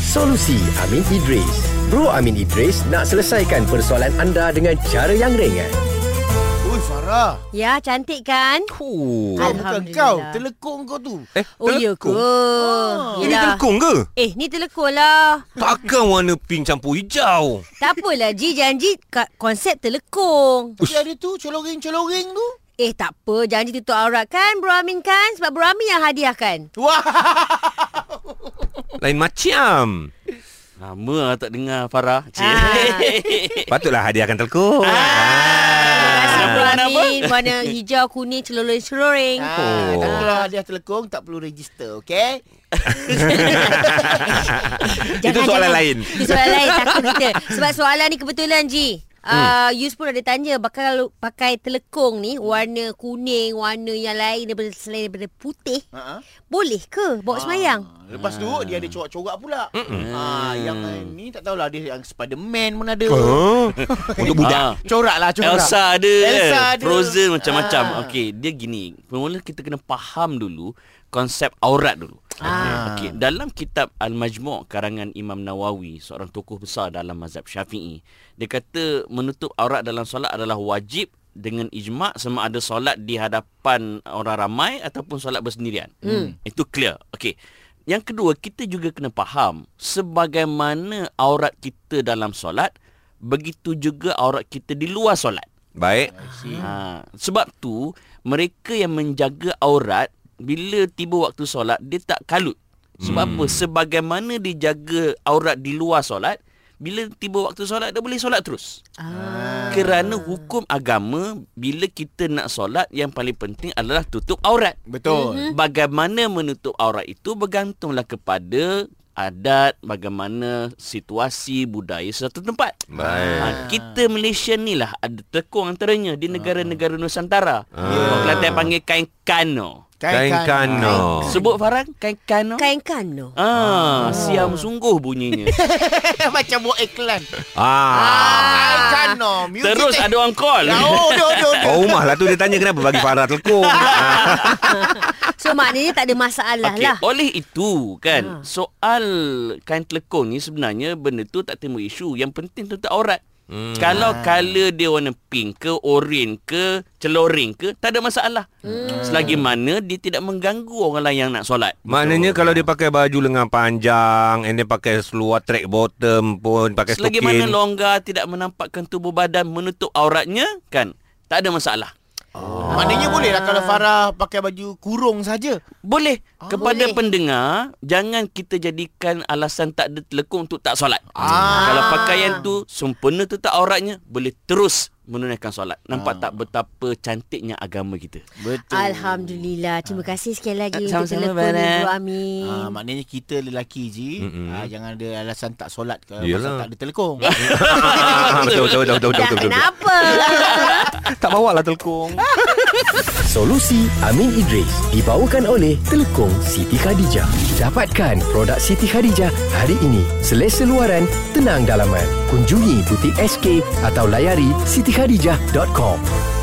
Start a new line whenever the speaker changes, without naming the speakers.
Solusi Amin Idris Bro Amin Idris nak selesaikan persoalan anda dengan cara yang ringan.
Oi Farah
Ya, cantik kan?
Huh.
Kau bukan
Alhamdulillah.
kau Telekong kau tu
Eh,
Oh, ya ke? Oh,
Ini telekung ke?
Eh, ni telekung lah.
Takkan warna pink campur hijau.
Tak apalah, Ji janji ka- konsep telekung.
Tapi ada tu Coloring-coloring tu
Eh, tak apa. Janji tutup aurat kan, Bro Amin kan? Sebab Bro Amin yang hadiahkan.
Wah
Lain macam.
Lama lah tak dengar Farah. Cik.
Patutlah hadiahkan telekung.
Ah, Terima
Ah.
kasih, Bro
Warna apa?
Amin. Warna hijau, kuning, celoring-celoring.
ah, Tak apalah hadiah telekong Tak perlu register Okay
Itu soalan lain.
Itu soalan lain takut kita. Sebab soalan ni kebetulan Ji.
Hmm.
Uh, Yus pun ada tanya bakal kalau pakai telekung ni warna kuning, warna yang lain daripada selain daripada putih.
Ha-ha.
Boleh ke bawa semayang?
Lepas tu dia ada corak-corak pula ah, Yang eh, ni tak tahulah Dia yang Spiderman pun ada
Oh.
Untuk budak.
Corak lah corak
Ah. Elsa ada
Elsa
kan?
ada.
Frozen macam-macam
Ah.
Okey dia gini Mula kita kena faham dulu Konsep aurat dulu
Ah.
Okey Dalam kitab Al-Majmu' Karangan Imam Nawawi Seorang tokoh besar dalam mazhab syafi'i Dia kata Menutup aurat dalam solat adalah wajib dengan ijma' sama ada solat di hadapan orang ramai ataupun solat bersendirian. Hmm. Itu clear. Okey. Yang kedua, kita juga kena faham sebagaimana aurat kita dalam solat, begitu juga aurat kita di luar solat.
Baik.
Ha, sebab tu mereka yang menjaga aurat bila tiba waktu solat dia tak kalut. Sebab hmm. apa? Sebagaimana dia jaga aurat di luar solat, bila tiba waktu solat dia boleh solat terus. Ah. Kerana hukum agama bila kita nak solat yang paling penting adalah tutup aurat.
Betul
Bagaimana menutup aurat itu bergantunglah kepada adat, bagaimana situasi budaya satu tempat.
Baik.
Ha, kita Malaysia ni lah ada tekung antaranya di negara-negara Nusantara. Orang Kelantan panggil kain kano.
Kan,
Kain kano.
Sebut Farang, kain kano?
Kain kano.
Ah, siam sungguh bunyinya.
Macam buat iklan
Ah.
Kain kano Music
Terus
tech-
ada orang call.
Ya, Oh no no
Ah.
no
Oh rumah lah tu dia tanya kenapa bagi Farah telekung. Ah.
So maknanya tak ada masalah
Okey,
lah.
oleh itu kan, soal kain telekong ni sebenarnya benda tu tak timbul isu. Yang penting tutup aurat. Hmm. Kalau color dia warna pink ke, oren ke, celoring ke, tak ada masalah.
Ah.
Hmm. Selagi mana dia tidak mengganggu orang lain yang nak solat.
Maknanya kalau dia pakai baju lengan panjang and dia pakai seluar track bottom pun pakai
Selagi
stokin.
mana longgar tidak menampakkan tubuh badan menutup auratnya kan tak ada masalah.
Maknanya boleh lah Kalau Farah pakai baju kurung saja
Boleh kepada
boleh.
pendengar jangan kita jadikan alasan tak ada telekung untuk tak solat. Kalau pakaian tu sempurna tutup auratnya boleh terus menunaikan solat. Nampak tak betapa cantiknya agama kita.
Alhamdulillah.
Ah.
Terima kasih sekali lagi untuk
Sama-sama,
telekung ni,
Farah.
Bro Amin.
Ah, maknanya kita lelaki je ah, Jangan ada alasan tak solat Kalau pasal
Yelah.
tak ada telekong
Ah, betul betul betul betul
Dah
betul. betul, betul.
kenapa?
Tak bawa lah telekung.
Solusi Amin Idris dibawakan oleh Telekong Siti Khadijah. Dapatkan produk Siti Khadijah hari ini. Selesa luaran, tenang dalaman. Kunjungi butik SK atau layari sitikhadijah.com.